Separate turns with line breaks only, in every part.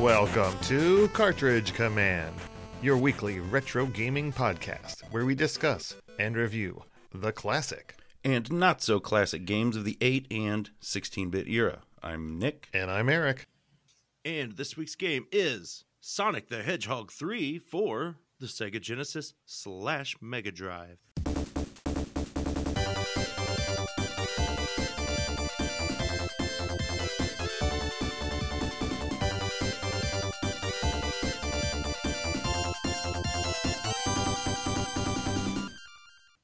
Welcome to Cartridge Command, your weekly retro gaming podcast where we discuss and review the classic.
and not so classic games of the 8 and 16 bit era. I'm Nick.
And I'm Eric.
And this week's game is Sonic the Hedgehog 3 for the Sega Genesis slash Mega Drive.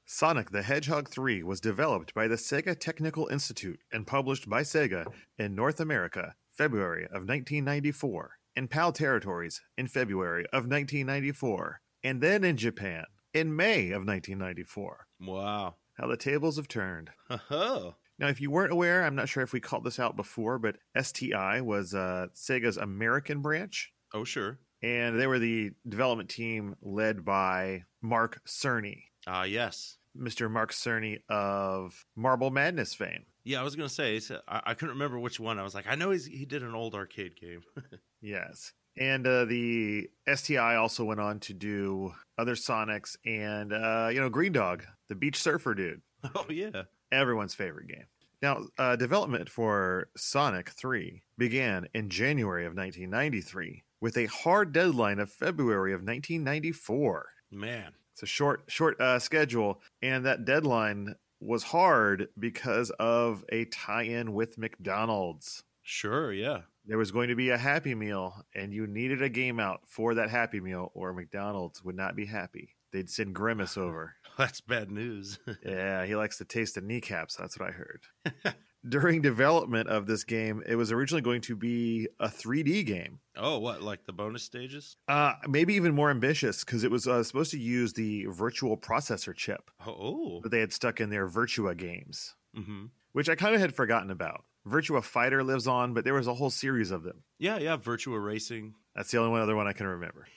Sonic the Hedgehog 3 was developed by the Sega Technical Institute and published by Sega in North America February of 1994, in PAL territories in February of 1994, and then in Japan in May of 1994.
Wow.
How the tables have turned.
Oh.
Now, if you weren't aware, I'm not sure if we called this out before, but STI was uh, Sega's American branch,
Oh, sure.
and they were the development team led by Mark Cerny,
Ah, yes.
Mr. Mark Cerny of Marble Madness fame.
Yeah, I was going to say, it's- I-, I couldn't remember which one. I was like, I know he's, he did an old arcade game.
Yes. And uh, the STI also went on to do other Sonics and, uh, you know, Green Dog, the beach surfer dude.
oh, yeah.
everyone's favorite game. Now, uh, development for Sonic 3 began in January of 1993 with a hard deadline of February of 1994.
Man.
It's a short, short uh, schedule, and that deadline was hard because of a tie-in with McDonald's.
Sure, yeah.
There was going to be a Happy Meal, and you needed a game out for that Happy Meal, or McDonald's would not be happy. They'd send Grimace over.
That's bad news.
Yeah, he likes the taste of kneecaps. That's what I heard. During development of this game, it was originally going to be a 3D game,
oh, what? Like the bonus stages?
uh, maybe even more ambitious because it was uh, supposed to use the virtual processor chip
Oh.
that they had stuck in their Virtua games,
hmm
which I kind of had forgotten about. Virtua Fighter lives on, but there was a whole series of them.
Yeah, yeah. Virtua Racing.
That's the only one other one I can remember.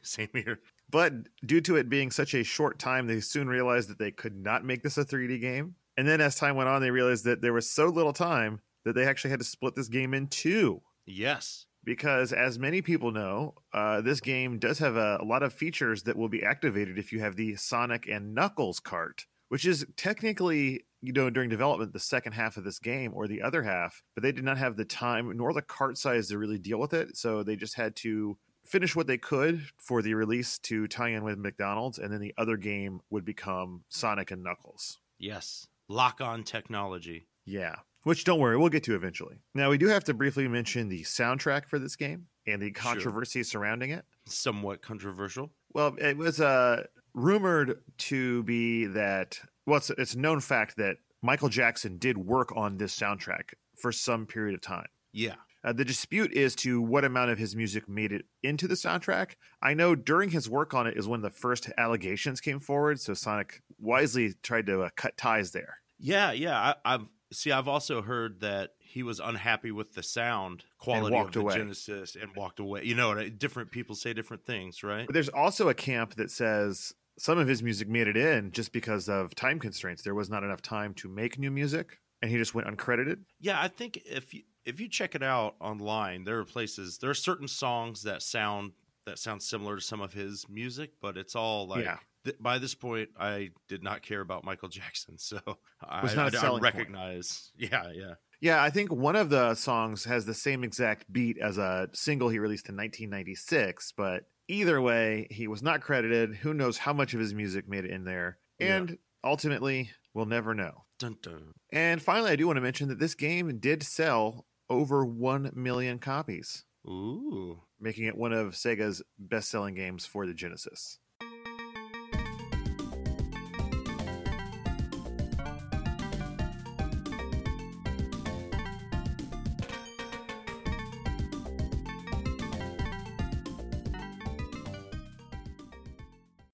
Same here.
But due to it being such a short time, they soon realized that they could not make this a 3D game. And then as time went on, they realized that there was so little time that they actually had to split this game in two.
Yes.
Because as many people know, uh, this game does have a, a lot of features that will be activated if you have the Sonic and Knuckles cart, which is technically, you know, during development, the second half of this game or the other half. But they did not have the time nor the cart size to really deal with it. So they just had to finish what they could for the release to tie in with McDonald's, and then the other game would become Sonic and Knuckles.
Yes. Lock on technology.
Yeah. Which don't worry, we'll get to eventually. Now we do have to briefly mention the soundtrack for this game and the
Sure.
controversy surrounding it.
Somewhat controversial.
Well, it was uh, rumored to be that. Well, it's, it's a known fact that Michael Jackson did work on this soundtrack for some period of time.
Yeah.
Uh, the dispute is to what amount of his music made it into the soundtrack. I know during his work on it is when the first allegations came forward, so Sonic wisely tried to uh, cut ties there.
Yeah, yeah. I, I've see I've also heard that he was unhappy with the sound quality of
walked
the
away.
Genesis and walked away. You know, and, uh, different people say different things, right?
But there's also a camp that says some of his music made it in just because of time constraints. There was not enough time to make new music, and he just went uncredited.
Yeah, I think if you if you check it out online, there are places there are certain songs that sound that sound similar to some of his music, but it's all like
Yeah.
th- by this point I did not care about Michael Jackson, so I,
Was not a
I- I
selling point.
recognize. Yeah, yeah.
Yeah, I think one of the songs has the same exact beat as a single he released in 1996, but either way, he was not credited. Who knows how much of his music made it in there?
Yeah.
And ultimately, we'll never know.
Dun, dun.
And finally, I do want to mention that this game did sell over 1 million copies,
Ooh.
making it one of Sega's best selling games for the Genesis.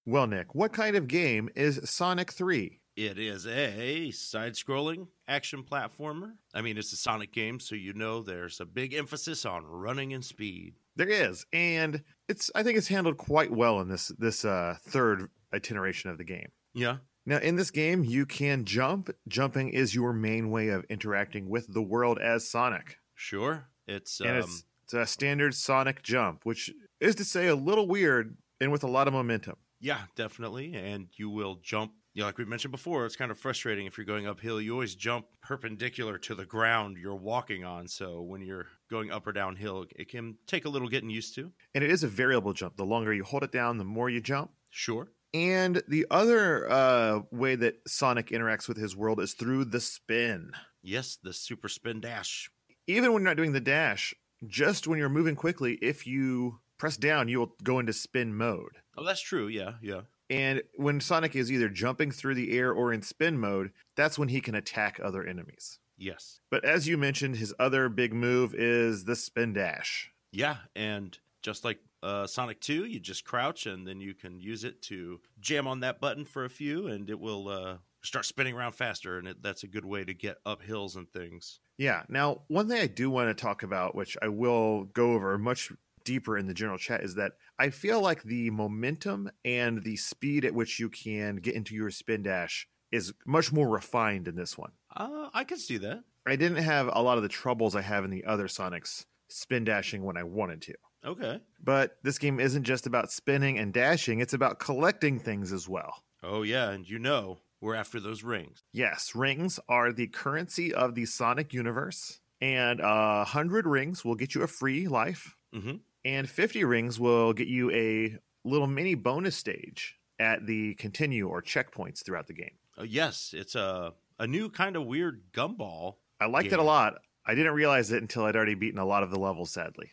Well, Nick, what kind of game is Sonic 3?
It is a side scrolling action platformer. I mean, it's a Sonic game, so you know there's a big emphasis on running and speed.
There is, and it's I think it's handled quite well in this this uh, third iteration of the game.
Yeah.
Now, in this game, you can jump. Jumping is your main way of interacting with the world as Sonic,
Sure. It's, um,
and it's It's a standard Sonic jump, which is to say a little weird and with a lot of momentum.
Yeah, definitely. And you will jump. You know, like we mentioned before, it's kind of frustrating if you're going uphill. You always jump perpendicular to the ground you're walking on. So when you're going up or downhill, it can take a little getting used to.
And it is a variable jump. The longer you hold it down, the more you jump.
Sure.
And the other uh, way that Sonic interacts with his world is through the spin.
Yes, the super spin dash.
Even when you're not doing the dash, just when you're moving quickly, if you press down, you will go into spin mode.
Oh, that's true. Yeah, yeah.
And when Sonic is either jumping through the air or in spin mode, that's when he can attack other enemies.
Yes.
But as you mentioned, his other big move is the spin dash.
Yeah, and just like uh, Sonic 2, you just crouch and then you can use it to jam on that button for a few and it will uh, start spinning around faster. And it, that's a good way to get up hills and things.
Yeah. Now, one thing I do want to talk about, which I will go over much deeper in the general chat, is that I feel like the momentum and the speed at which you can get into your spin dash is much more refined in this one.
Uh, I can see that.
I didn't have a lot of the troubles I have in the other Sonics spin dashing when I wanted to.
Okay.
But this game isn't just about spinning and dashing, it's about collecting things as well.
Oh, yeah, and you know we're after those rings.
Yes, rings are the currency of the Sonic universe, and a uh, 100 rings will get you a free life,
Mm-hmm.
and 50 rings will get you a little mini bonus stage at the continue or checkpoints throughout the game.
Oh, yes, it's a, a new kind of weird gumball.
I liked it a
Yeah.
lot. I didn't realize it until I'd already beaten a lot of the levels, sadly.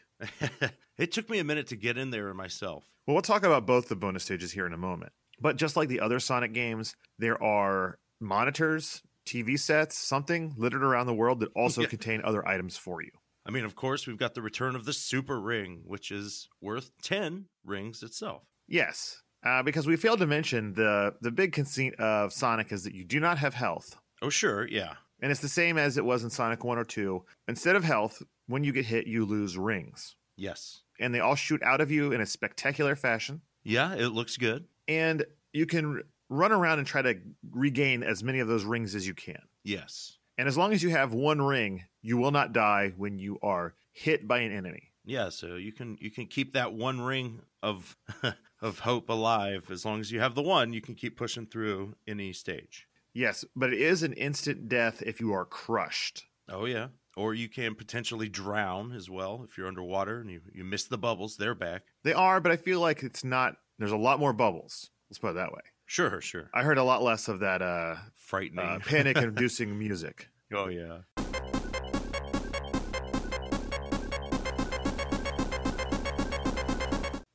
it took me a minute to get in there myself.
Well, we'll talk about both the bonus stages here in a moment. But just like the other Sonic games, there are monitors, TV sets, something littered around the world that also
Yeah.
contain other items for you.
I mean, of course, we've got the return of the super ring, which is worth 10 rings itself.
Yes, uh, because we failed to mention the the big conceit of Sonic is that you do not have health,
Oh, sure, yeah.
and it's the same as it was in Sonic One or Two. Instead of health, when you get hit, you lose rings,
Yes.
and they all shoot out of you in a spectacular fashion.
Yeah, it looks good.
And you can r- run around and try to regain as many of those rings as you can.
Yes.
And as long as you have one ring, you will not die when you are hit by an enemy.
Yeah, so you can you can keep that one ring of of hope alive as long as you have the one, you can keep pushing through any stage.
Yes, but it is an instant death if you are crushed.
Oh yeah. Or you can potentially drown as well if you're underwater and you, you miss the bubbles, they're back.
They are, but I feel like it's not. There's a lot more bubbles. Let's put it that way.
Sure, sure.
I heard a lot less of that uh,
Uh, Frightening.
uh, panic-inducing music.
oh yeah.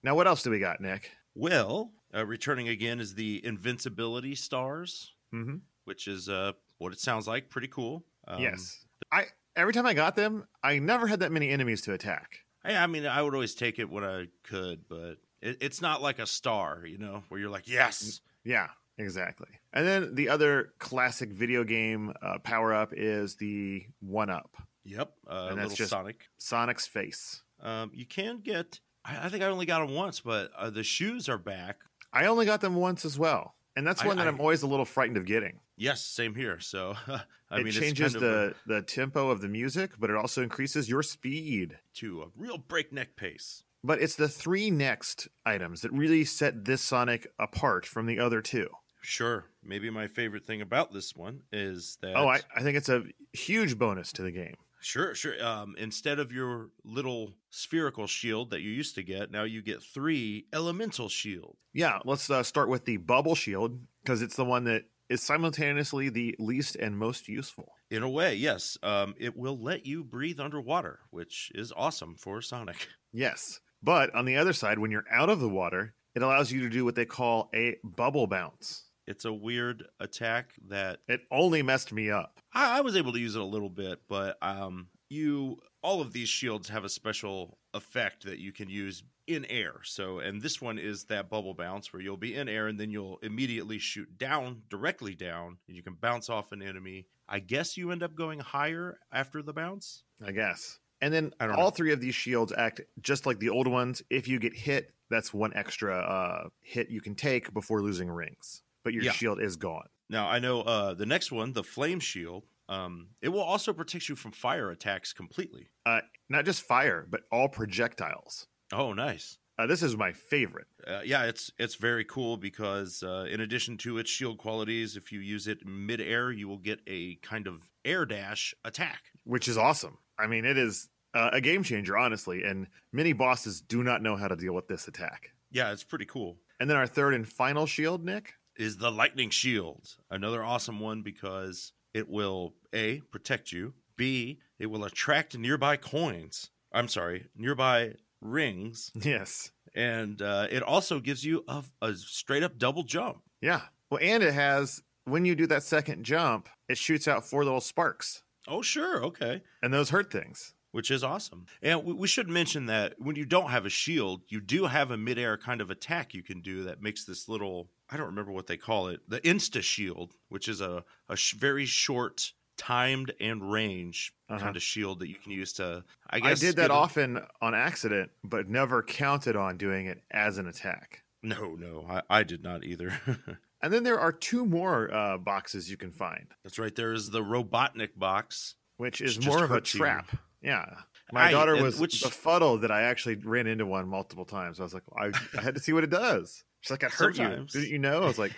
Now, what else do we got, Nick?
Well, uh, returning again is the invincibility stars,
Mm-hmm.
which is uh what it sounds like, pretty cool. Um,
yes, I. Every time I got them, I never had that many enemies to attack.
I, I mean, I would always take it when I could, but it, it's not like a star, you know, where you're like,
Mm.
yes,
Yeah, exactly. And then the other classic video game uh, power up is the one up,
yep, uh,
And that's
little
just-
Sonic.
Sonic's face.
Um, you can get. I, I think I only got them once, but uh, the shoes are back.
I only got them once as well, and that's
I-
one that
I-
I, am always a little frightened of getting.
Yes, same here. So I
it
mean,
changes
it's kind of a-
the the tempo of the music, but it also increases your speed.
to a real breakneck pace.
But it's the three next items that really set this Sonic apart from the other two.
Sure. Maybe my favorite thing about this one is that
Oh, I, I think it's a huge bonus to the game.
Sure, sure. Um, instead of your little spherical shield that you used to get, now you get three elemental shield.
Yeah, let's uh, start with the bubble shield because it's the one that is simultaneously the least and most useful.
In a way, yes. Um, it will let you breathe underwater, which is awesome for Sonic.
Yes, but on the other side, when you're out of the water, it allows you to do what they call a bubble bounce.
It's a weird attack that
It only messed me up.
I, I was able to use it a little bit, but um, you all of these shields have a special effect that you can use in air. So, and this one is that bubble bounce where you'll be in air and then you'll immediately shoot down directly down, and you can bounce off an enemy. I guess you end up going higher after the bounce.
I guess. And then
I don't
all
know.
three of these shields act just like the old ones. If you get hit, that's one extra uh, hit you can take before losing rings. But your
Yeah.
shield is gone.
Now I know uh, the next one, the flame shield, Um, it will also protect you from fire attacks completely.
Uh, not just fire, but all projectiles.
Oh, nice.
Uh, this is my favorite.
Uh, yeah, it's it's very cool because uh, in addition to its shield qualities, if you use it mid-air, you will get a kind of air dash attack.
which is awesome. I mean, it is uh, a game changer, honestly, and many bosses do not know how to deal with this attack.
Yeah, it's pretty cool.
And then our third and final shield, Nick.
Is the lightning shield another awesome one because it will a protect you, b it will attract nearby coins. I'm sorry, nearby rings,
Yes.
and uh, it also gives you a, a straight up double jump.
Yeah. Well, and it has, when you do that second jump, it shoots out four little sparks,
Oh, sure, okay.
and those hurt things.
which is awesome. And we, we should mention that when you don't have a shield, you do have a midair kind of attack you can do that makes this little I don't remember what they call it the insta shield, which is a, a sh- very short timed and range
Uh-huh.
kind of shield that you can use to. I
I,
guess
did that
get a-
often on accident, but never counted on doing it as an attack.
No, no, I, I did not either.
And then there are two more uh, boxes you can find,
That's right. There is the Robotnik box.
which is
Which just
more of a
hurts you.
trap. Yeah. My
I-
daughter
and
was
which-
befuddled that I actually ran into one multiple times. I was like, I, I had to see what it does. She's like, it hurt
Sometimes.
you. Didn't you know? I was like,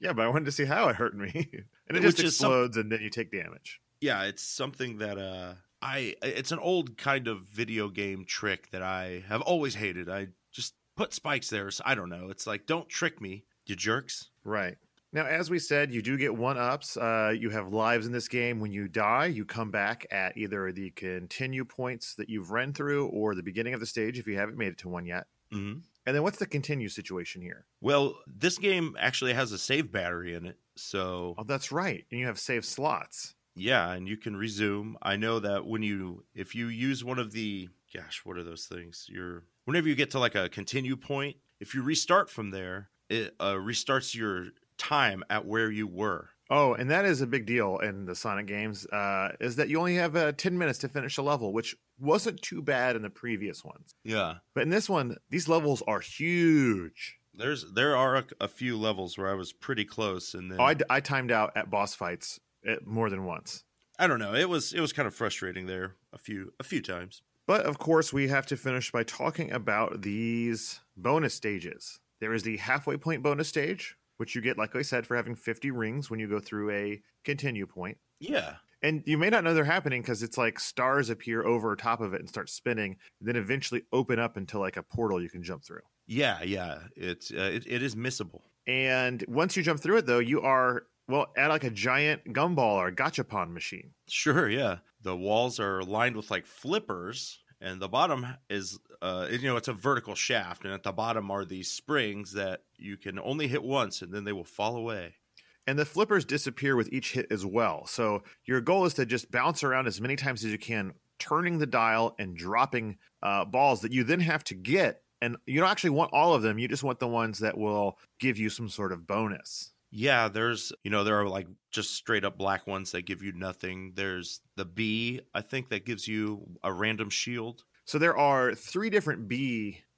yeah, but I wanted to see how it hurt me. And it
Which
just
is some-
explodes and then you take damage.
yeah it's something that uh i it's an old kind of video game trick that i have always hated i just put spikes there so i don't know it's like don't trick me you jerks
Right. Now, as we said, you do get one ups. Uh, you have lives in this game. When you die, you come back at either the continue points that you've run through or the beginning of the stage if you haven't made it to one yet.
mm-hmm.
And then what's the continue situation here?
well this game actually has a save battery in it so
Oh, that's right. And you have save slots.
yeah and you can resume i know that when you if you use one of the gosh what are those things you're whenever you get to like a continue point if you restart from there it uh, restarts your time at where you were
Oh, and that is a big deal in the Sonic games uh, is that you only have uh, 10 minutes to finish a level, which wasn't too bad in the previous ones.
yeah
But in this one, these levels are huge.
There's there are a, a few levels where I was pretty close, and then
Oh, I,
I
d- I timed out at boss fights uh more than once.
I don't know. It was it was kind of frustrating there a few a few times.
But of course, we have to finish by talking about these bonus stages. There is the halfway point bonus stage, which you get, like I said, for having 50 rings when you go through a continue point.
Yeah,
And you may not know they're happening because it's like stars appear over top of it and start spinning, then eventually open up into like a portal you can jump through.
yeah, yeah. It's uh, it, it is missable.
And once you jump through it, though, you are, well, at like a giant gumball or gachapon machine.
Sure, yeah. The walls are lined with like flippers, and the bottom is uh you know it's a vertical shaft, and at the bottom are these springs that you can only hit once, and then they will fall away.
And the flippers disappear with each hit as well. So your goal is to just bounce around as many times as you can, turning the dial and dropping uh, balls that you then have to get. And you don't actually want all of them. You just want the ones that will give you some sort of bonus.
Yeah, there's you know there are like just straight up black ones that give you nothing. There's the bee, I think that gives you a random shield.
So there are three different B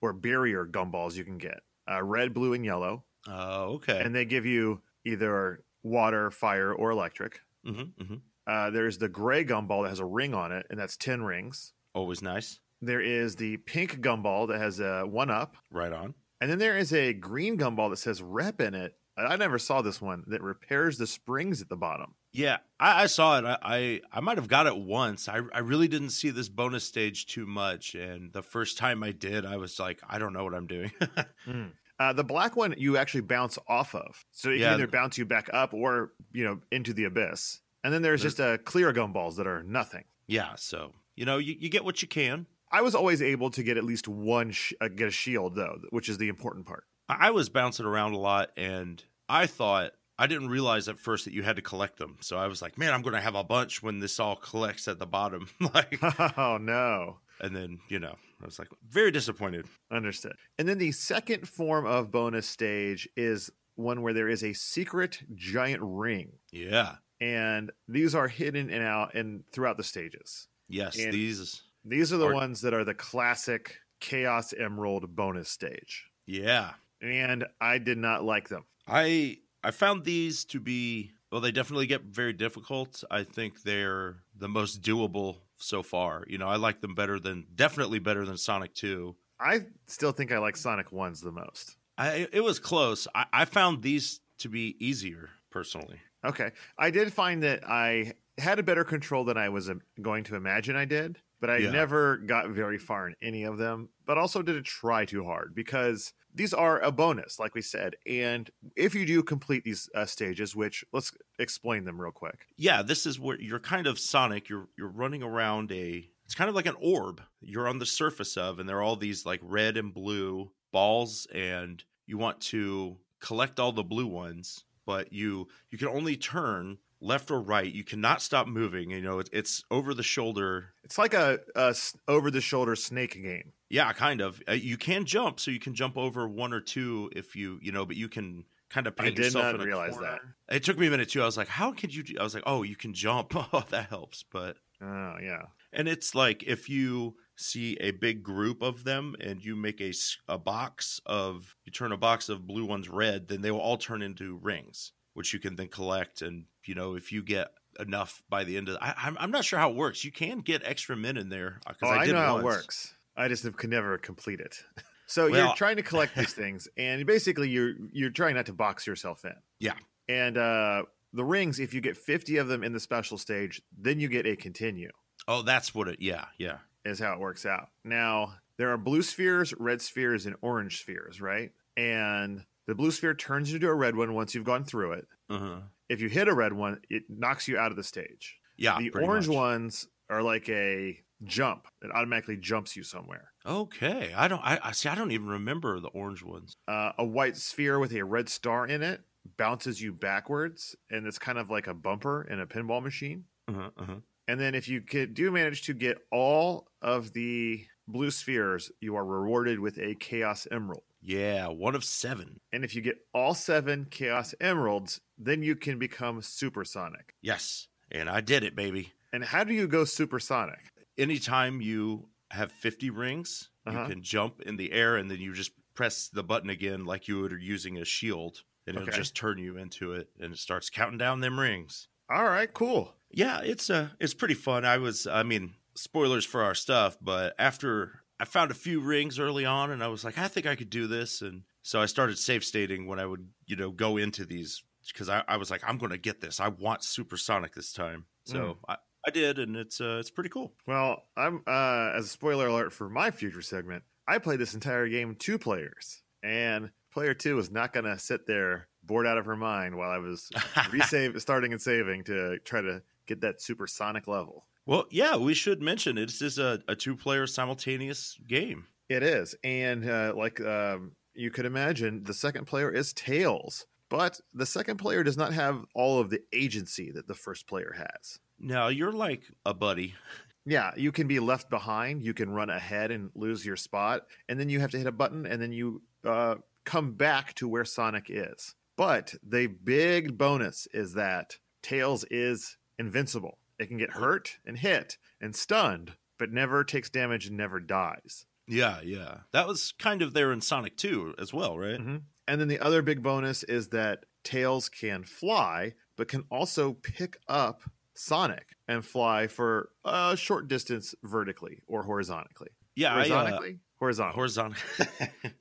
or barrier gumballs you can get uh, red, blue, and yellow.
Oh, okay.
And they give you either water, fire, or electric.
mm-hmm, mm-hmm.
Uh, there's the gray gumball that has a ring on it, and that's 10 rings.
Always Oh, nice.
There is the pink gumball that has a one up.
Right on.
And then there is a green gumball that says rep in it. I I never saw this one that repairs the springs at the bottom.
Yeah, I, I saw it. I I, I might have got it once. I, I really didn't see this bonus stage too much, and the first time I did, I was like, I don't know what I'm doing. Hmm.
Uh, the black one you actually bounce off of. So it
Yeah.
can either bounce you back up or, you know, into the abyss. And then there's
There-
just uh, clear gumballs that are nothing.
yeah, so you know, you, you get what you can.
I was always able to get at least one, sh- uh, get a shield though, which is the important part.
I, I was bouncing around a lot, and I thought I didn't realize at first that you had to collect them. So I was like, man, I'm going to have a bunch when this all collects at the bottom. like,
oh, no.
and then you know, I was like, very disappointed.
Understood. And then the second form of bonus stage is one where there is a secret giant ring.
Yeah.
And these are hidden and out and throughout the stages.
Yes.
And-
these.
These are the
Or-
ones that are the classic Chaos Emerald bonus stage.
Yeah.
And I did not like them.
I I found these to be Well, they definitely get very difficult. I think they're the most doable so far. You know, I like them better than definitely better than Sonic Two.
I still think I like Sonic Ones the most.
I it was close. I, I found these to be easier personally.
Okay, I did find that I had a better control than I was um, going to imagine I did, but I
Yeah.
never got very far in any of them. But also didn't try too hard because these are a bonus, like we said. And if you do complete these uh, stages, which let's explain them real quick.
Yeah, this is where you're kind of Sonic. You're you're running around a. It's kind of like an orb you're on the surface of, and there are all these like red and blue balls, and you want to collect all the blue ones, but you you can only turn left or right. You cannot stop moving. You know, it, it's over the shoulder
It's like a, a over the shoulder snake game.
Yeah, kind of. Uh, you can jump, so you can jump over one or two if you, you know, but you can kind of
I
paint
did
yourself
not
in a
realize
corner. It took me a minute too. I was like, how could you? Do-? I was like, oh, you can jump. Oh, that helps. But
Oh yeah,
and it's like if you see a big group of them and you make a s- a box of you turn a box of blue ones red, then they will all turn into rings, which you can then collect. And you know, if you get enough by the end of, I, I'm I'm not sure how it works. You can get extra men in there
Oh,
because
I,
I, did
know how it
once.
works. I just have- could never complete it. So
Well-
you're trying to collect these things, and basically you're you're trying not to box yourself in.
Yeah.
And uh, the rings, if you get 50 of them in the special stage, then you get a continue.
Oh, that's what it. Yeah, yeah.
Is how it works out. Now there are blue spheres, red spheres, and orange spheres, right? And the blue sphere turns into a red one once you've gone through it.
Uh-huh.
If you hit a red one, it knocks you out of the stage.
Yeah.
the
Ah, pretty
orange
much.
ones are like a jump it automatically jumps you somewhere
Okay. I don't I, I see I don't even remember the orange ones.
uh, a white sphere with a red star in it bounces you backwards and it's kind of like a bumper in a pinball machine
Uh-huh, uh-huh.
and then if you get, do manage to get all of the blue spheres you are rewarded with a chaos emerald
Yeah, one of seven.
and if you get all seven chaos emeralds then you can become supersonic
Yes. And I did it, baby.
and how do you go supersonic
Anytime you have 50 rings,
Uh-huh.
you can jump in the air and then you just press the button again like you would are using a shield and it'll
Okay.
just turn you into it and it starts counting down them rings.
all right cool
Yeah, it's uh it's pretty fun. I was I mean, spoilers for our stuff, but after I found a few rings early on and I was like, I think I could do this and so I started safe stating when I would, you know, go into these because I, I was like, I'm gonna get this. I want supersonic this time. So
Mm.
I, I did and it's uh it's pretty cool.
Well, I'm uh, as a spoiler alert for my future segment. I played this entire game two players, and player two was not going to sit there bored out of her mind while I was resave, starting and saving to try to get that supersonic level.
well, yeah, we should mention it's just a, a two player simultaneous game.
It is, and uh, like um, you could imagine, the second player is Tails, but the second player does not have all of the agency that the first player has.
Now you're like a buddy.
Yeah, you can be left behind. You can run ahead and lose your spot, and then you have to hit a button, and then you uh, come back to where Sonic is. But the big bonus is that Tails is invincible. It can get hurt and hit and stunned, but never takes damage and never dies.
Yeah, yeah. Mm-hmm. That was kind of there in Sonic 2 as well, right?
Mhm. And then the other big bonus is that Tails can fly, but can also pick up Sonic and fly for a short distance vertically or horizontally.
Yeah, I, uh,
horizontally horizontally
horizontal.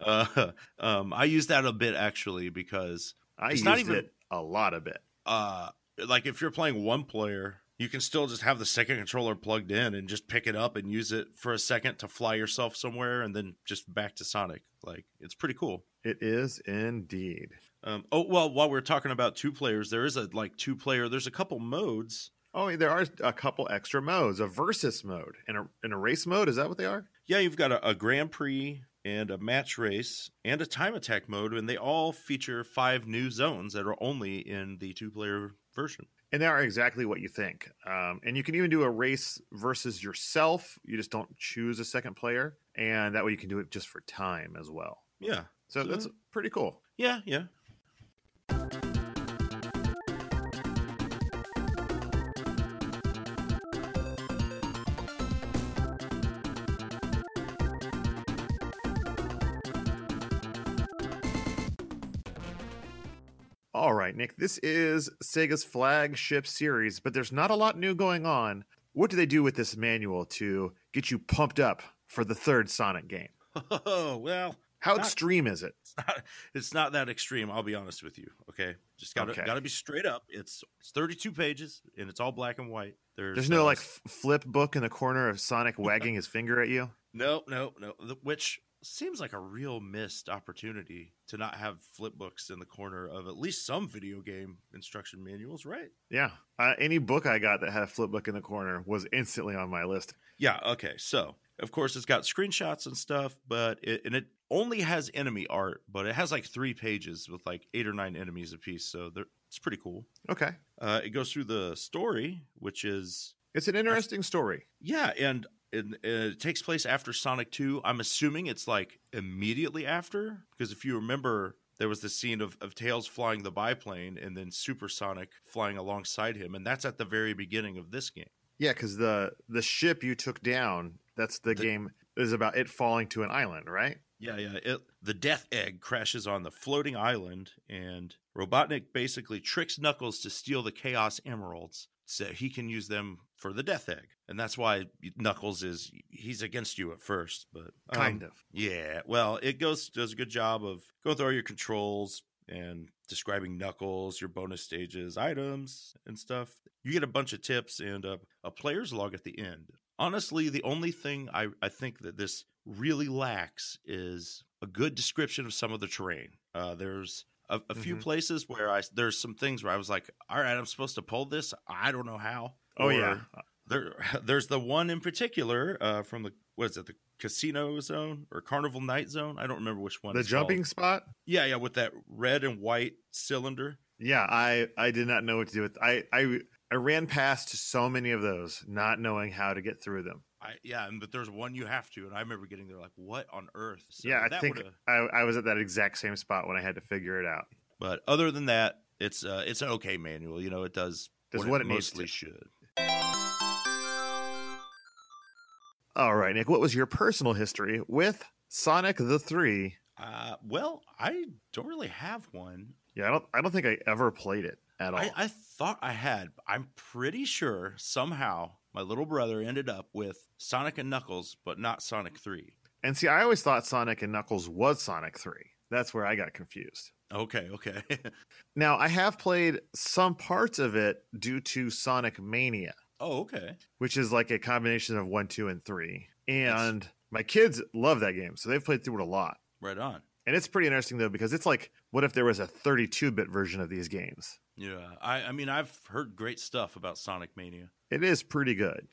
uh, um, I use that a bit actually because,
i
it's
used
not even-
it a lot of it
uh, like, if you're playing one player, you can still just have the second controller plugged in and just pick it up and use it for a second to fly yourself somewhere and then just back to Sonic. Like, it's pretty cool.
it is indeed
Um, oh well, while we're talking about two players, there is a like two player. There's a couple modes.
oh there are a couple extra modes a versus mode and a, and a race mode is that what they are
Yeah, you've got a, a Grand Prix and a match race and a time attack mode, and they all feature five new zones that are only in the two player version.
and they are exactly what you think um, and you can even do a race versus yourself you just don't choose a second player and that way you can do it just for time as well
Yeah.
so that's pretty cool
Yeah, yeah.
All right, Nick, this is Sega's flagship series, but there's not a lot new going on. What do they do with this manual to get you pumped up for the third Sonic game?
Oh, well,
How
Not-
extreme is it?
it's not, it's not that extreme. I'll be honest with you. Okay, just gotta
Okay.
gotta be straight up. It's it's 32 pages and it's all black and white. There's,
There's no
uh,
like f- flip book in the corner of Sonic wagging his finger at you.
no no no. The- Which seems like a real missed opportunity to not have flip books in the corner of at least some video game instruction manuals, right?
Yeah. Uh, any book I got that had a flip book in the corner was instantly on my list.
Yeah. Okay. So of course it's got screenshots and stuff, but it, and it only has enemy art, but it has like three pages with like eight or nine enemies apiece. So they're, it's pretty cool.
Okay.
Uh, it goes through the story, which is
It's an interesting story.
yeah, and it, it takes place after Sonic Two. I'm assuming it's like immediately after because if you remember. There was the scene of, of Tails flying the biplane and then Supersonic flying alongside him. And that's at the very beginning of this game.
Yeah, because the the ship you took down, that's the,
The-
game is about it falling to an island, right?
Yeah, yeah. It, the death egg crashes on the floating island, and Robotnik basically tricks Knuckles to steal the Chaos Emeralds so he can use them for the death egg. And that's why Knuckles is he's against you at first, but um,
Kind of.
yeah, well, it goes does a good job of going through all your controls and describing Knuckles, your bonus stages, items, and stuff. You get a bunch of tips and a, a player's log at the end. Honestly, the only thing I, I think that this really lacks is a good description of some of the terrain. Uh, there's a, a few
Mhm.
places where I there's some things where I was like, all right, I'm supposed to pull this. I don't know how.
Oh
Or-
yeah.
there, there's the one in particular uh, from the what is it, the Casino Zone or Carnival Night Zone? I don't remember which one.
The
it's called.
jumping spot?
yeah, yeah, with that red and white cylinder.
Yeah, I I did not know what to do with I I I ran past so many of those, not knowing how to get through them.
I, yeah, and, but there's one you have to, and I remember getting there like, what on earth? So
yeah, I
that
think
would've-
I, I was at that exact same spot when I had to figure it out.
But other than that, it's uh, it's an okay manual. You know, it does
Does what it needs
mostly
to.
should.
All right, Nick, what was your personal history with Sonic the Three?
Uh, well, I don't really have one.
Yeah, I don't I don't think I ever played it at all.
I, I thought I had. but I'm pretty sure somehow my little brother ended up with Sonic and Knuckles, but not Sonic Three.
and see, I always thought Sonic and Knuckles was Sonic Three. That's where I got confused.
Okay, okay.
Now I have played some parts of it due to Sonic Mania.
oh, okay.
which is like a combination of one, two, and three. And my kids love that game, so they've played through it a lot.
Right on.
And it's pretty interesting though because it's like, what if there was a 32-bit version of these games?
Yeah. I, I mean, I've heard great stuff about Sonic Mania.
It is pretty good.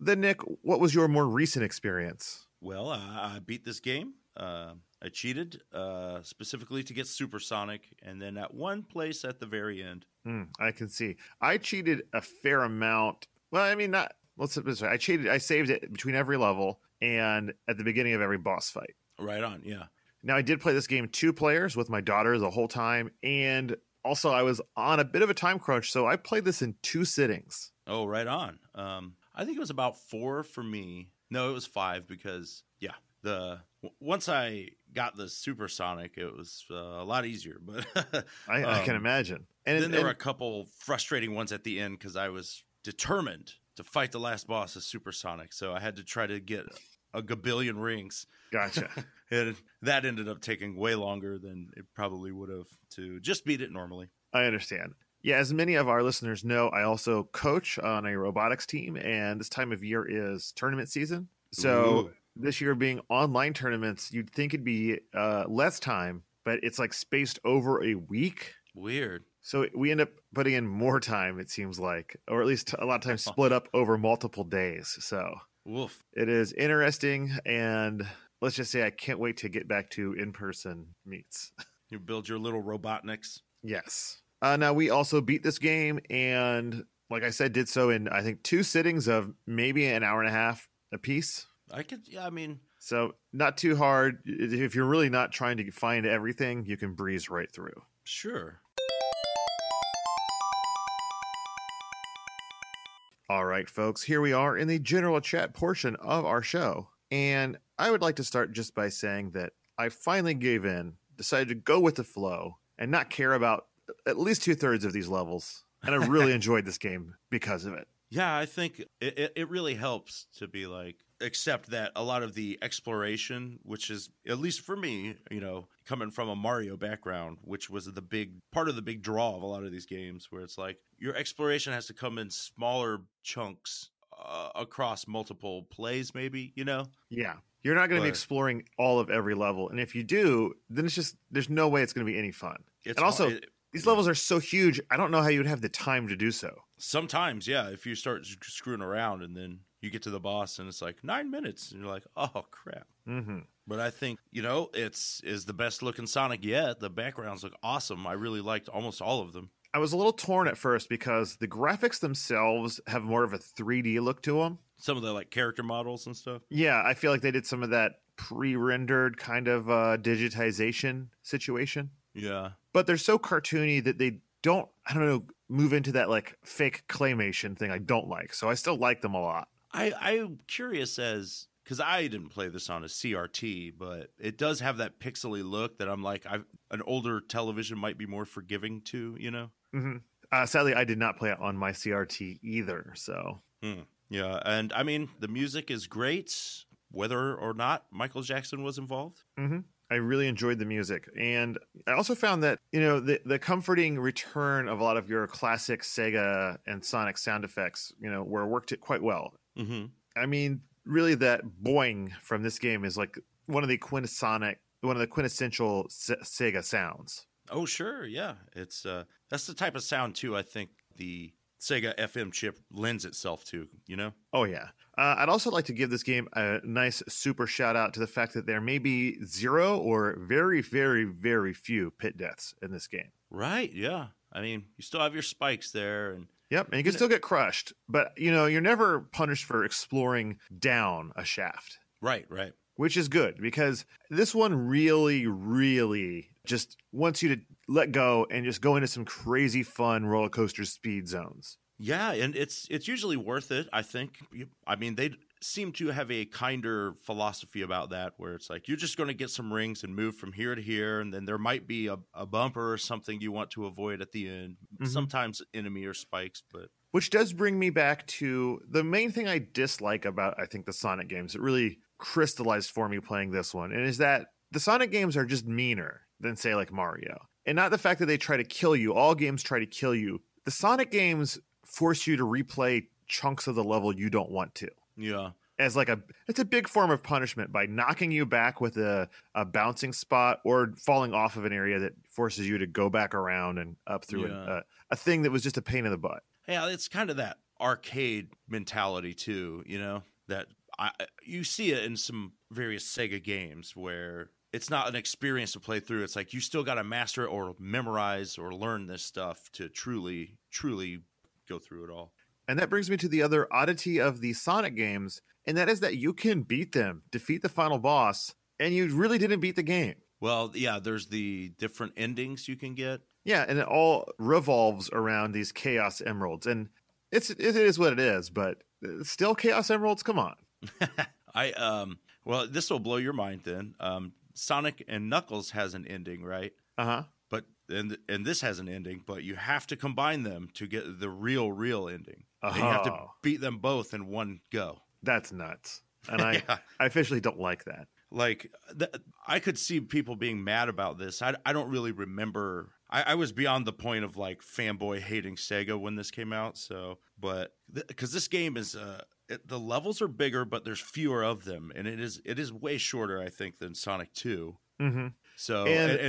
Then Nick, what was your more recent experience?
Well, I, I beat this game. Uh, I cheated uh, specifically to get Supersonic, and then at one place at the very end.
Hmm, I can see. I cheated a fair amount. Well, I mean, not. Let's put it this way. I cheated. I saved it between every level and at the beginning of every boss fight.
Right on. Yeah.
Now, I did play this game two players with my daughter the whole time, and also I was on a bit of a time crunch, so I played this in two sittings.
Oh, right on. Um, I think it was about four for me. No, it was five because yeah, the w- once I got the supersonic, it was uh, a lot easier. But
I, I can
Um,
imagine. And,
then there
and-
were a couple frustrating ones at the end because I was determined to fight the last boss of supersonic, so I had to try to get a gabillion rings,
gotcha.
and that ended up taking way longer than it probably would have to just beat it normally.
I understand. Yeah, as many of our listeners know, I also coach on a robotics team, and this time of year is tournament season. So
Ooh.
this year being online tournaments, you'd think it'd be uh, less time, but it's like spaced over a week.
weird.
So we end up putting in more time, it seems like, or at least a lot of times split up over multiple days. So
Woof.
it is interesting. And let's just say I can't wait to get back to in person meets.
You build your little Robotniks.
Yes. Uh, now, we also beat this game. And like I said, did so in, I think, two sittings of maybe an hour and a half apiece.
I could. Yeah, I mean.
So not too hard. If you're really not trying to find everything, you can breeze right through.
Sure.
All right, folks, here we are in the general chat portion of our show. And I would like to start just by saying that I finally gave in decided to go with the flow and not care about at least two thirds of these levels. And I really enjoyed this game because of it.
Yeah, I think it, it, it really helps to be like, accept that a lot of the exploration, which is, at least for me, you know, coming from a Mario background, which was the big part of the big draw of a lot of these games, where it's like your exploration has to come in smaller chunks uh, across multiple plays, maybe, you know?
Yeah. You're not going to be
But-
exploring all of every level. And if you do, then it's just, there's no way it's going to be any fun.
It's
And also-
it-
These levels are so huge. I don't know how you'd have the time to do so.
sometimes, yeah, if you start s- screwing around and then you get to the boss and it's like nine minutes and you're like, oh, crap.
hmm
But I think you know it's is the best looking Sonic yet. The backgrounds look awesome. I really liked almost all of them.
I was a little torn at first because the graphics themselves have more of a 3D look to them.
Some of the like character models and stuff.
Yeah, I feel like they did some of that pre-rendered kind of uh, digitization situation,
Yeah,
but they're so cartoony that they don't. I don't know. Move into that like fake claymation thing. I don't like, so I still like them a lot.
I I'm curious as because I didn't play this on a CRT, but it does have that pixely look that I'm like, I an older television might be more forgiving to. You know.
hmm Uh, sadly, I did not play it on my CRT either. So
Yeah, and I mean the music is great, whether or not Michael Jackson was involved.
I really enjoyed the music, and I also found that you know the the comforting return of a lot of your classic Sega and Sonic sound effects, you know, were worked it quite well.
Mm-hmm.
I mean, really, that boing from this game is like one of the quintessonic, one of the quintessential Se- Sega sounds.
Oh sure, yeah. It's uh that's the type of sound too I think the Sega FM chip lends itself to, you know?
Oh yeah. Uh, I'd also like to give this game a nice super shout out to the fact that there may be zero or very, very, very few pit deaths in this game.
Right, yeah. I mean, you still have your spikes there and
Yep, and you can
Yeah.
still get crushed, but you know you're never punished for exploring down a shaft.
right, right.
which is good because this one really, really just wants you to let go and just go into some crazy fun roller coaster speed zones.
Yeah, and it's it's usually worth it, I think. You- I mean, they seem to have a kinder philosophy about that where it's like you're just going to get some rings and move from here to here and then there might be a, a bumper or something you want to avoid at the end.
Mhm.
Sometimes enemy or spikes, but
Which does bring me back to the main thing I dislike about I think the Sonic games. It really crystallized for me playing this one, and is that the Sonic games are just meaner than say like Mario, and not the fact that they try to kill you. All games try to kill you. The Sonic games force you to replay chunks of the level you don't want to.
yeah.
as like a it's a big form of punishment by knocking you back with a, a bouncing spot or falling off of an area that forces you to go back around and up through an-
Yeah.
uh, a thing that was just a pain in the butt
Yeah, it's kind of that arcade mentality too, you know? That I you see it in some various Sega games where it's not an experience to play through. It's like you still got to master it or memorize or learn this stuff to truly truly go through it all.
and that brings me to the other oddity of the sonic games and that is that you can beat them defeat the final boss and you really didn't beat the game
Well, yeah, there's the different endings you can get.
yeah and it all revolves around these chaos emeralds and it's it is what it is but uh, still chaos emeralds come on
I um well, this will blow your mind then. Um Sonic and Knuckles has an ending, right?
uh-huh
But and and this has an ending, but you have to combine them to get the real real ending. And you have to
Oh.
beat them both in one go.
that's nuts and i
yeah.
i officially don't like that
Like th- I could see people being mad about this. I, I don't really remember. I, I was beyond the point of like fanboy hating Sega when this came out. So, but because this game is uh, it, the levels are bigger, but there's fewer of them, and it is it is way shorter, I think, than Sonic Two.
mm-hmm
So,
And-
and,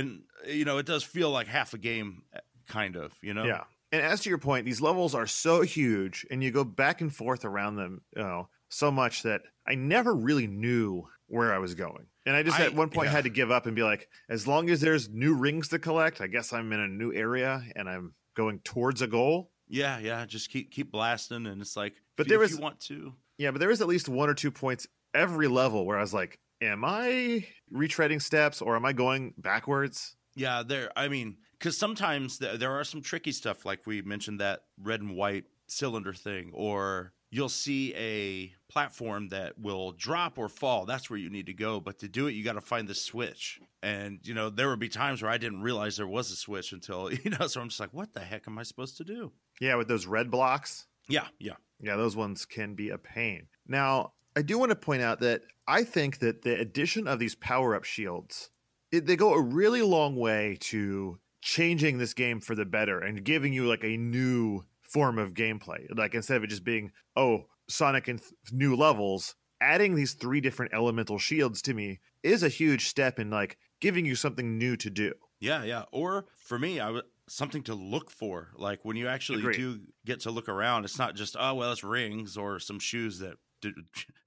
and you know, it does feel like half a game, eh, kind of. You know,
Yeah. And as to your point, these levels are so huge and you go back and forth around them, you know, so much that I never really knew where I was going. And I just
I-
at one point
yeah.
had to give up and be like, as long as there's new rings to collect, I guess I'm in a new area and I'm going towards a goal.
Yeah, yeah. Just keep keep blasting, and it's like,
But
if,
there
if
was-
you want to,
Yeah, but there was at least one or two points every level where I was like, am I retreading steps or am I going backwards?
yeah. There, I mean, because sometimes th- there are some tricky stuff, like we mentioned that red and white cylinder thing, or you'll see a platform that will drop or fall. That's where you need to go. But to do it, you got to find the switch. And, you know, there would be times where I didn't realize there was a switch until, you know, so I'm just like, what the heck am I supposed to do?
Yeah, with those red blocks.
Yeah, yeah.
Yeah, those ones can be a pain. Now, I do want to point out that I think that the addition of these power up shields, it, they go a really long way to changing this game for the better and giving you like a new form of gameplay. Like instead of it just being, oh, Sonic and th- new levels, adding these three different elemental shields to me is a huge step in like giving you something new to do.
Yeah, yeah. Or for me, I w- something to look for. Like when you actually
Agreed.
do get to look around, it's not just, oh, well, it's rings or some shoes that d-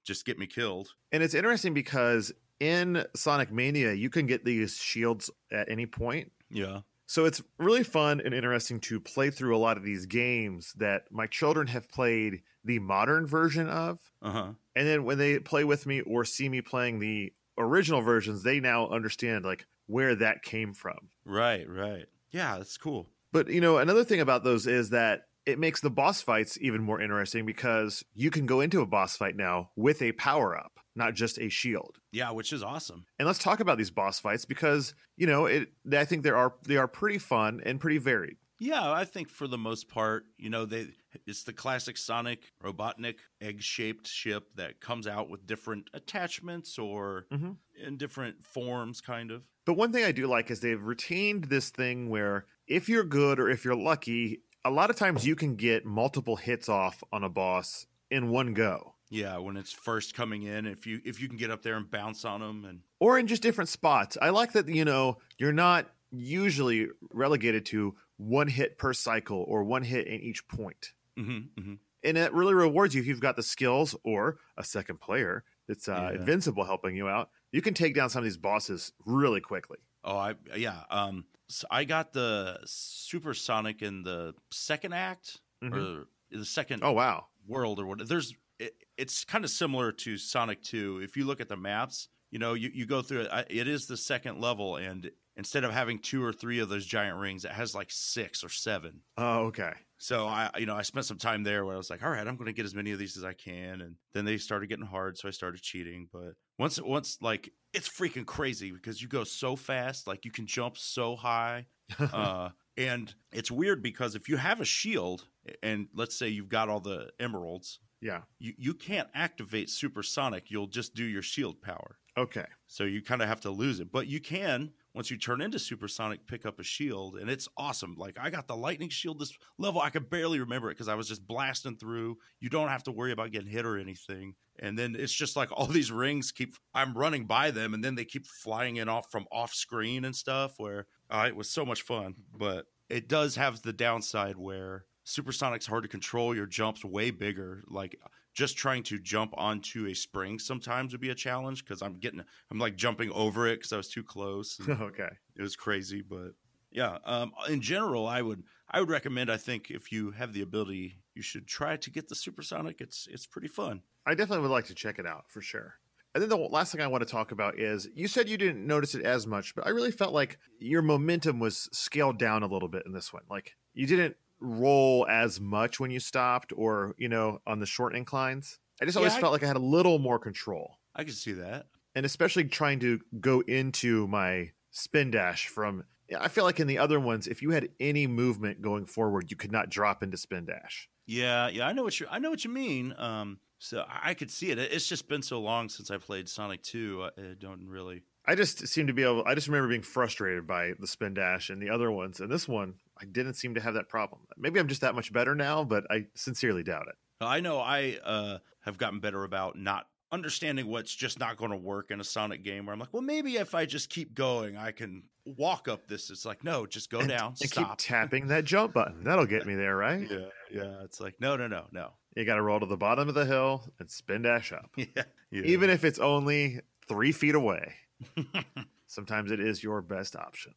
just get me killed.
And it's interesting because in Sonic Mania, you can get these shields at any point.
Yeah.
So it's really fun and interesting to play through a lot of these games that my children have played the modern version of.
Uh huh.
And then when they play with me or see me playing the original versions, they now understand like where that came from.
Right, right. Yeah, that's cool.
But you know, another thing about those is that it makes the boss fights even more interesting because you can go into a boss fight now with a power up, not just a shield.
Yeah, which is awesome.
And let's talk about these boss fights because, you know, it I think there are they are pretty fun and pretty varied.
Yeah, I think for the most part, you know, they it's the classic Sonic Robotnik egg-shaped ship that comes out with different attachments or
Mhm.
in different forms kind of.
But one thing I do like is they've retained this thing where if you're good or if you're lucky, a lot of times you can get multiple hits off on a boss in one go
Yeah, when it's first coming in, if you if you can get up there and bounce on them and
or in just different spots. I like that, you know, you're not usually relegated to one hit per cycle or one hit in each point.
Mhm, mhm.
And it really rewards you if you've got the skills or a second player that's uh,
Yeah.
invincible helping you out. You can take down some of these bosses really quickly.
Oh, I yeah. Um, so I got the supersonic in the second act or the second
Oh, wow.
world or what there's it, it's kind of similar to sonic 2 if you look at the maps you know you, you go through it I- it is the second level and instead of having two or three of those giant rings it has like six or seven
Oh, okay.
so i you know i spent some time there where i was like all right i'm going to get as many of these as i can and then they started getting hard so i started cheating but once once like it's freaking crazy because you go so fast like you can jump so high uh, and it's weird because if you have a shield and let's say you've got all the emeralds
yeah.
you, you can't activate supersonic. You'll just do your shield power.
Okay.
So you kind of have to lose it. But you can, once you turn into supersonic, pick up a shield, and it's awesome. Like I got the lightning shield this level. I could barely remember it because I was just blasting through. You don't have to worry about getting hit or anything. And then it's just like all these rings keep I'm running by them and then they keep flying in off from off screen and stuff where uh, it was so much fun. But it does have the downside where supersonic's hard to control, your jumps way bigger. Like just trying to jump onto a spring sometimes would be a challenge because I'm getting I'm like jumping over it because I was too close. and
okay.
it was crazy, but yeah. Um, in general, I would I would recommend. I think if you have the ability, you should try to get the supersonic. It's it's pretty fun.
I definitely would like to check it out for sure. And then the last thing I want to talk about is you said you didn't notice it as much, but I really felt like your momentum was scaled down a little bit in this one. Like you didn't roll as much when you stopped or, you know, on the short inclines. I just
Yeah,
always
I-
felt like I had a little more control.
I can see that.
And especially trying to go into my spin dash from yeah, I feel like in the other ones, if you had any movement going forward, you could not drop into spin dash.
Yeah, yeah. I know what you I know what you mean. Um, so I, I could see it. It- It's just been so long since I played Sonic Two. I, I don't really.
I just seem to be able. I just remember being frustrated by the spin dash and the other ones, and this one I didn't seem to have that problem. Maybe I'm just that much better now, but I sincerely doubt it.
I know I uh, have gotten better about not understanding what's just not going to work in a Sonic game. Where I'm like, well, maybe if I just keep going, I can walk up this. It's like, no, just go
and,
down,
and
stop.
keep tapping that jump button. That'll get me there, right?
yeah, yeah. It's like, no, no, no, no.
You got to roll to the bottom of the hill and spin dash up,
Yeah, yeah.
even if it's only three feet away. Sometimes it is your best option.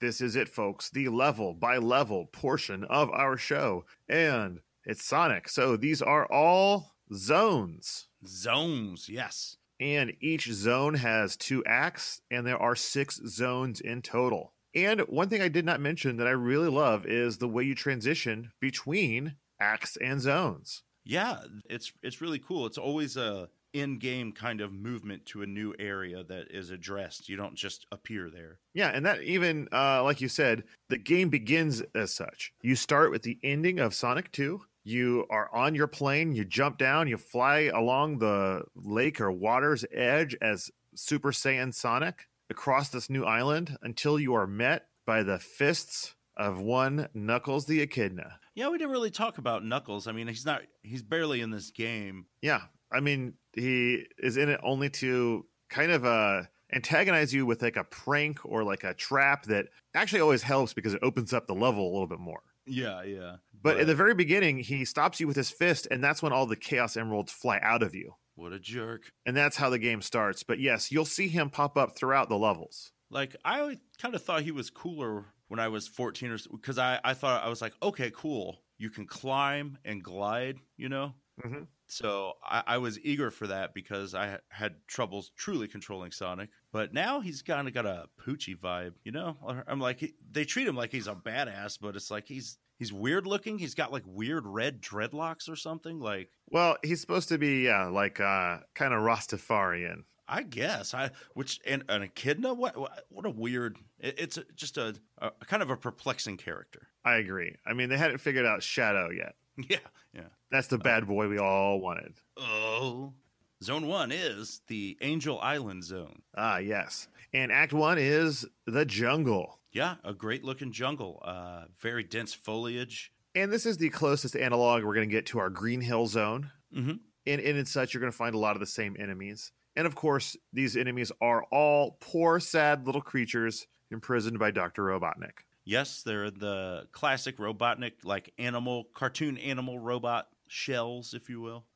This is it, folks. The level by level portion of our show. And it's Sonic. So these are all zones.
zones, yes.
And each zone has two acts, and there are six zones in total. And one thing I did not mention that I really love is the way you transition between acts and zones.
Yeah, it's it's really cool. It's always a in-game kind of movement to a new area that is addressed. You don't just appear there.
Yeah, and that even, uh, like you said, the game begins as such. You start with the ending of Sonic 2. You are on your plane, you jump down, you fly along the lake or water's edge as Super Saiyan Sonic across this new island until you are met by the fists of one Knuckles the Echidna.
Yeah, we didn't really talk about Knuckles. I mean, he's not he's barely in this game.
Yeah, I mean, he is in it only to kind of uh antagonize you with like a prank or like a trap that actually always helps because it opens up the level a little bit more.
Yeah, yeah.
But, at the very beginning, he stops you with his fist, and that's when all the Chaos Emeralds fly out of you.
what a jerk.
And that's how the game starts. But yes, you'll see him pop up throughout the levels.
Like I kind of thought he was cooler when I was 14 or because I I thought I was like, okay, cool. You can climb and glide, you know.
Mhm.
So I, I was eager for that because I had troubles truly controlling Sonic. But now he's kind of got a Poochie vibe, you know. I'm like, he- they treat him like he's a badass, but it's like he's he's weird looking. He's got like weird red dreadlocks or something. Like
Well, he's supposed to be, yeah, like uh, kind of Rastafarian.
I guess I which and an echidna. What what what a weird. It, it's a- just a, a kind of a perplexing character.
I agree. I mean, they hadn't figured out Shadow yet.
Yeah, yeah.
That's the bad boy we all wanted.
Oh, zone one is the Angel Island zone.
Ah, yes. And Act One is the jungle.
Yeah, a great looking jungle. Uh, very dense foliage.
And this is the closest analog we're going to get to our Green Hill zone.
Mm-hmm.
and in and such you're going to find a lot of the same enemies and of course these enemies are all poor sad little creatures imprisoned by dr robotnik
Yes, they're the classic Robotnik, like animal cartoon animal robot shells, if you will.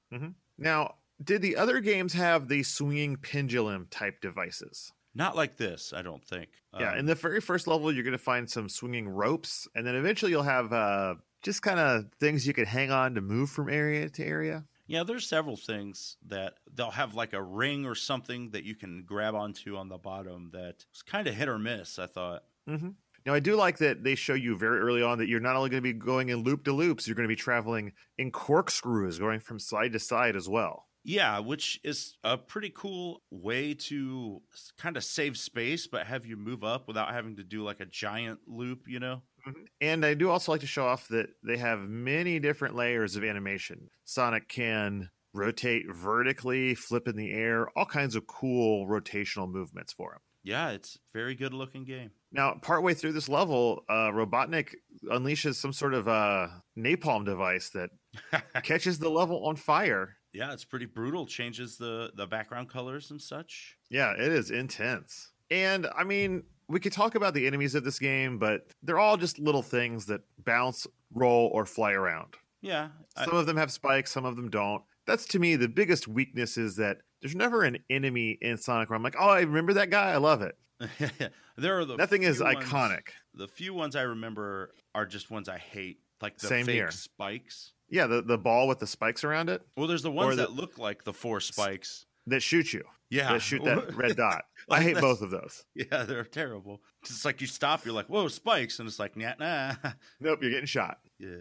now did the other games have the swinging pendulum type devices
Not like this, I don't think.
yeah
Um,
in the very first level you're going to find some swinging ropes and then eventually you'll have uh, just kind of things you can hang on to move from area to area
Yeah, there's several things that they'll have like a ring or something that you can grab onto on the bottom that was kind of hit or miss, I thought.
Now, I do like that they show you very early on that you're not only going to be going in loop de loops, you're going to be traveling in corkscrews, going from side to side as well.
Yeah, which is a pretty cool way to kind of save space, but have you move up without having to do like a giant loop, you know?
And I do also like to show off that they have many different layers of animation. Sonic can rotate vertically, flip in the air, all kinds of cool rotational movements for him.
Yeah, it's a very good looking game.
Now, partway through this level, uh, Robotnik unleashes some sort of uh, napalm device that catches the level on fire.
yeah, it's pretty brutal. Changes the the background colors and such.
Yeah, it is intense. And I
Mm.
mean, we could talk about the enemies of this game, but they're all just little things that bounce, roll, or fly around.
Yeah, I-
Some of them have spikes, some of them don't. That's to me the biggest weakness is that there's never an enemy in Sonic where I'm like, oh, I remember that guy. I love it.
there are the
Nothing is
few ones-
iconic.
The few ones I remember are just ones I hate, like the
Same
fake
here.
spikes.
Yeah, the, the ball with the spikes around it
Well, there's the ones
the-
that look like the four spikes.
that shoot you,
Yeah,
that shoot that red dot. I
Like
hate
that's-
both of those.
Yeah, they're terrible. It's like you stop, you're like, "Whoa, spikes!" and it's like, "Nah, nah."
Nope, you're getting shot.
yeah,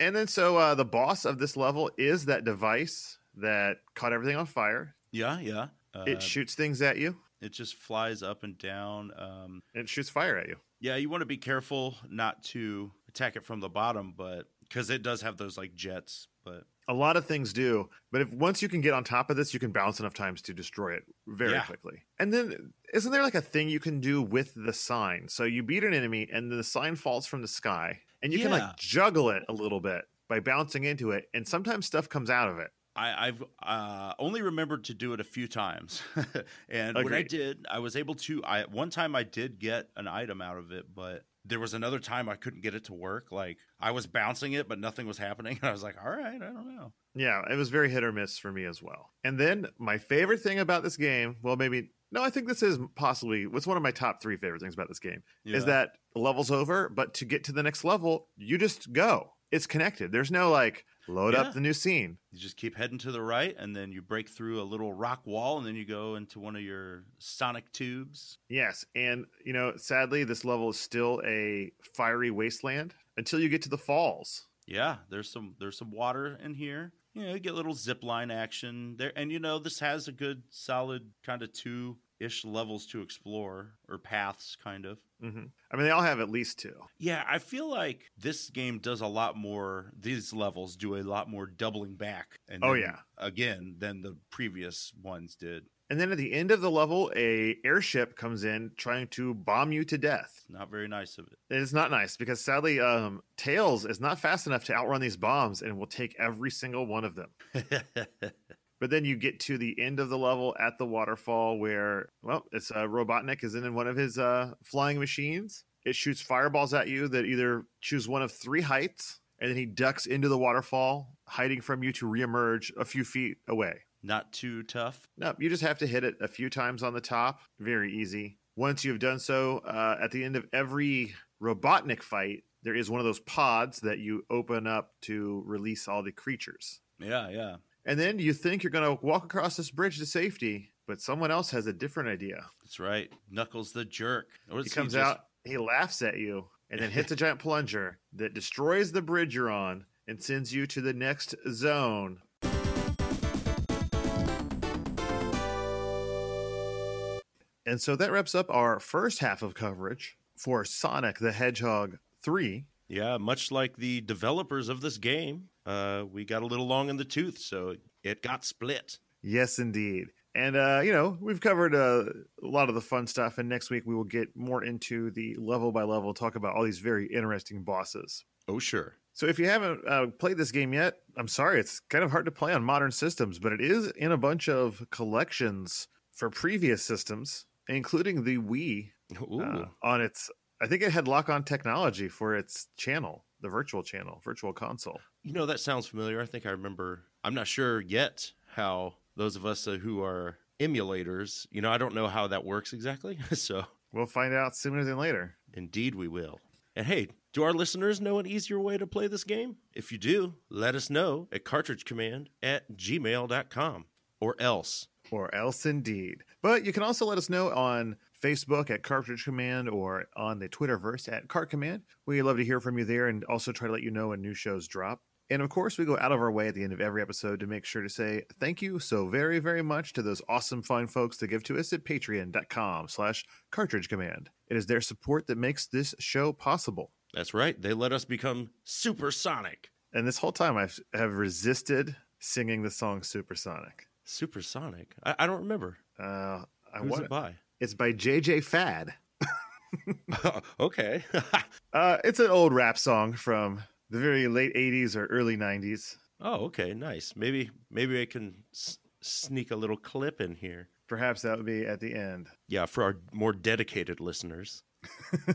And then so uh, the boss of this level is that device that caught everything on fire.
yeah, yeah. Uh,
it shoots things at you.
it just flies up and down. Um,
and it shoots fire at you.
yeah, you want to be careful not to attack it from the bottom, but because it does have those like jets. But
A lot of things do, but if once you can get on top of this, you can bounce enough times to destroy it very
Yeah.
quickly. And then isn't there like a thing you can do with the sign? So you beat an enemy and the sign falls from the sky and you can
Yeah.
like juggle it a little bit by bouncing into it and sometimes stuff comes out of it.
I, I've uh, only remembered to do it a few times, and when I
Agreed.
did, I was able to. I one time I did get an item out of it, but there was another time I couldn't get it to work. Like I was bouncing it, but nothing was happening, and I was like, "All right, I don't know."
Yeah, it was very hit or miss for me as well. And then my favorite thing about this game, well maybe no, I think this is possibly what's one of my top 3 favorite things about this game. is
Yeah.
that the level's over, but to get to the next level, you just go. It's connected. There's no like, Load
Yeah.
up the new scene.
You just keep heading to the right, and then you break through a little rock wall, and then you go into one of your sonic tubes.
Yes, and you know, sadly, this level is still a fiery wasteland until you get to the falls.
Yeah, there's some there's some water in here. You know, you get little zip line action there, and you know this has a good solid kind of two ish levels to explore or paths, kind of.
hmm I mean, they all have at least two.
Yeah, I feel like this game does a lot more. These levels do a lot more doubling back. And
Oh,
then
yeah.
again than the previous ones did.
And then at the end of the level, a airship comes in trying to bomb you to death.
Not very nice of it.
It's not nice because sadly, um, Tails is not fast enough to outrun these bombs and will take every single one of them. But then you get to the end of the level at the waterfall where, well, it's uh, Robotnik is in one of his uh, flying machines. It shoots fireballs at you that either choose one of three heights, and then he ducks into the waterfall, hiding from you to reemerge a few feet away.
Not too tough.
No, you just have to hit it a few times on the top. Very easy. Once you've done so, uh, at the end of every Robotnik fight, there is one of those pods that you open up to release all the creatures.
Yeah, yeah.
And then you think you're going to walk across this bridge to safety, but someone else has a different idea.
That's right. Knuckles the jerk. Or
he
is
comes
just-
out, he laughs at you, and then hits a giant plunger that destroys the bridge you're on and sends you to the next zone. And so that wraps up our first half of coverage for Sonic the Hedgehog 3.
Yeah, much like the developers of this game, uh, we got a little long in the tooth, so it got split.
Yes, indeed. And, uh, you know, we've covered uh, a lot of the fun stuff, and next week we will get more into the level by level, talk about all these very interesting bosses.
Oh, sure.
So if you haven't uh, played this game yet, I'm sorry, it's kind of hard to play on modern systems, but it is in a bunch of collections for previous systems, including the Wii
Ooh.
uh, on its. I think it had lock-on technology for its channel, the virtual channel, virtual console.
You know, that sounds familiar. I think I remember. I'm not sure yet how those of us uh, who are emulators, you know, I don't know how that works exactly. so,
We'll find out sooner than later.
indeed, we will. And hey, do our listeners know an easier way to play this game? If you do, let us know at cartridgecommand at gmail.com or else.
Or else indeed. But you can also let us know on Facebook at Cartridge Command or on the Twitterverse at Cart Command. We love to hear from you there and also try to let you know when new shows drop. And of course, we go out of our way at the end of every episode to make sure to say thank you so very, very much to those awesome fine folks that give to us at patreon.com slash cartridge command. It is their support that makes this show possible.
That's right. They let us become supersonic.
And this whole time I have resisted singing the song Supersonic.
Supersonic? I, I don't remember.
Uh, I
Who's
want,
it by?
it's by JJ Fad.
okay.
Uh, it's an old rap song from the very late 80s or early 90s.
oh, okay. Nice. Maybe maybe I can s- sneak a little clip in here.
Perhaps that would be at the end.
Yeah, for our more dedicated listeners.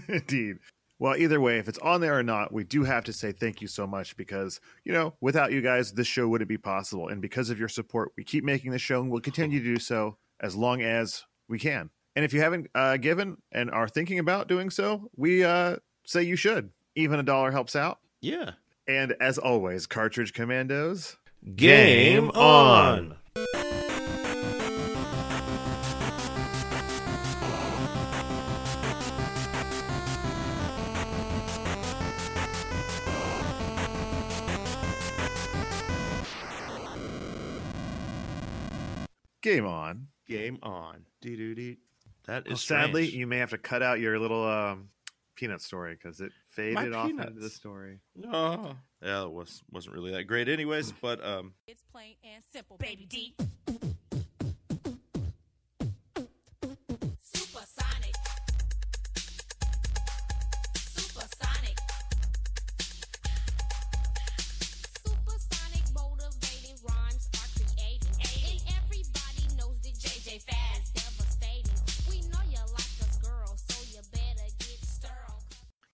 Indeed. Well, either way, if it's on there or not, we do have to say thank you so much because, you know, without you guys, this show wouldn't be possible. And because of your support, we keep making the show and we'll continue to do so as long as we can. And if you haven't uh, given and are thinking about doing so, we uh, say you should. Even a dollar helps out.
Yeah.
And as always, Cartridge Commandos.
Game on.
Game on.
Game on. Dee-doo-dee. That is
Well, sadly,
strange.
you may have to cut out your little um, peanut story because it faded off into
peanuts.
the story.
No. Yeah, it was, wasn't really that great anyways, but um
It's plain and simple, baby D.